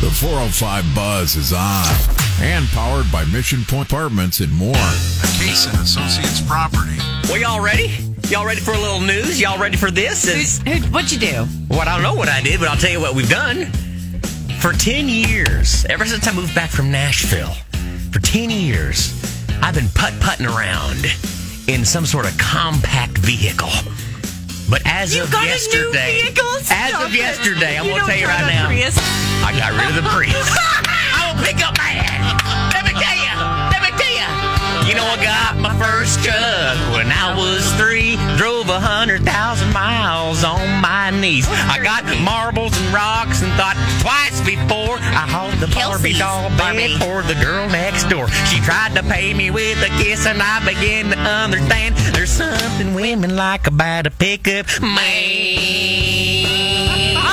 The 405 Buzz is on and powered by Mission Point Apartments and more. A case and associates property. Well, y'all ready? Y'all ready for a little news? Y'all ready for this? Who's, It's- who, what'd you do? Well, I don't know what I did, but I'll tell you what we've done. For 10 years, ever since I moved back from Nashville, for 10 years, I've been putt putting around in some sort of compact vehicle. But as You of got a new yesterday, vehicle? as Stop of it. yesterday, I'm You going to don't tell you drive right a now, Prius. I got rid of the Prius. I will pick up my hat. Let me tell you. Let me tell you. You know, I got my first truck when I was three. Drove a hundred thousand miles on my knees. I got marbles and rocks and thought twice before I hauled the Barbie Kelsey's doll Barbie. back for the girl next door. She tried to pay me with a kiss, and I began to understand there's something women like about a pickup man.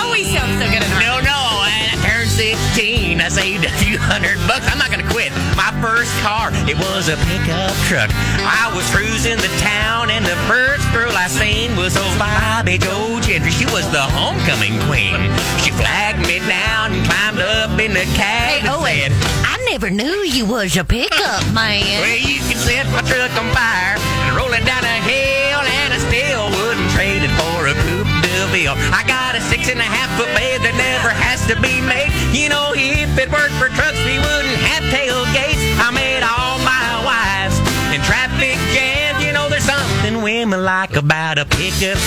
Always sounds so good at her. No, no. I turned 16. I saved a few hundred bucks. I'm not going to quit. My first car, it was a pickup truck. I was cruising the town, and the first girl I seen was old Bobby Joe Gentry. She was the homecoming queen. She flagged me down and climbed up in the cab and said, I never knew you was a pickup man. well, you can set my truck on fire and roll it down a hill, and I still wouldn't trade it for a coupe de ville. I got a six and a half foot bed that never has to be made. You know, if it worked for trucks, we wouldn't have tailgates. I made all my wives in traffic jams. You know, there's something women like about a pickup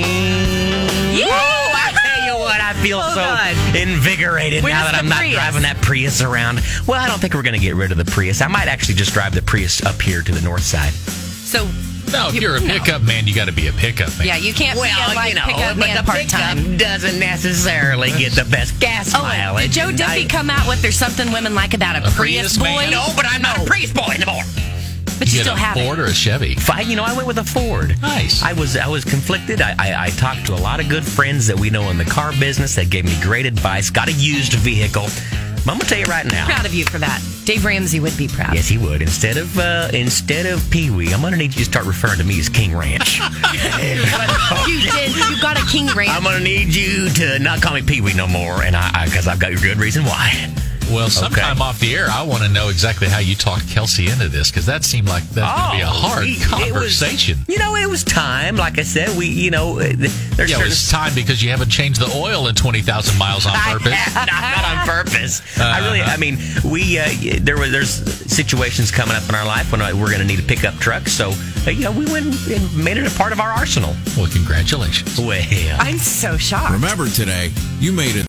man. Yeah! Whoa, I tell you what, I feel Oh, so God. invigorated Where's now that the I'm not Prius? driving that Prius around. Well, I don't think we're going to get rid of the Prius. I might actually just drive the Prius up here to the north side. So, No, if You- you're a no. pickup man, you got to be a pickup man. yeah, you can't be a, like, pickup man part time. doesn't necessarily get the best gas Oh, mileage. did Joe and Duffy I- come out with there's something women like about a, A Prius, Prius boy? man? No, but I'm not a Prius boy anymore. but you, get still a have Ford it. or a Chevy. Fine, you know, I went with a Ford. Nice. I was I was conflicted. I, I, I talked to a lot of good friends that we know in the car business that gave me great advice. Got a used vehicle. But I'm gonna tell you right now. Proud of you for that. Dave Ramsey would be proud. Yes, he would. Instead of uh, instead of Pee Wee, I'm gonna need you to start referring to me as King Ranch. You did. You got a King I'm Ranch. gonna need you to not call me Pee Wee no more, and I because I've got your good reason why. Well, sometime off the air, I want to know exactly how you talked Kelsey into this because that seemed like that's going Oh, to be a hard we- Oh, it was- conversation. you know, it was time. Like I said, we you know uh, th- there's yeah, it certain- was time because you haven't changed the oil in 20,000 miles on purpose. not, not on purpose. I really, I mean, we uh, y- there were there's situations coming up in our life when uh, we're going to need a pickup truck. So uh, you know, we went and made it a part of our arsenal. Well, congratulations. Well, I'm so shocked. Remember today, you made it.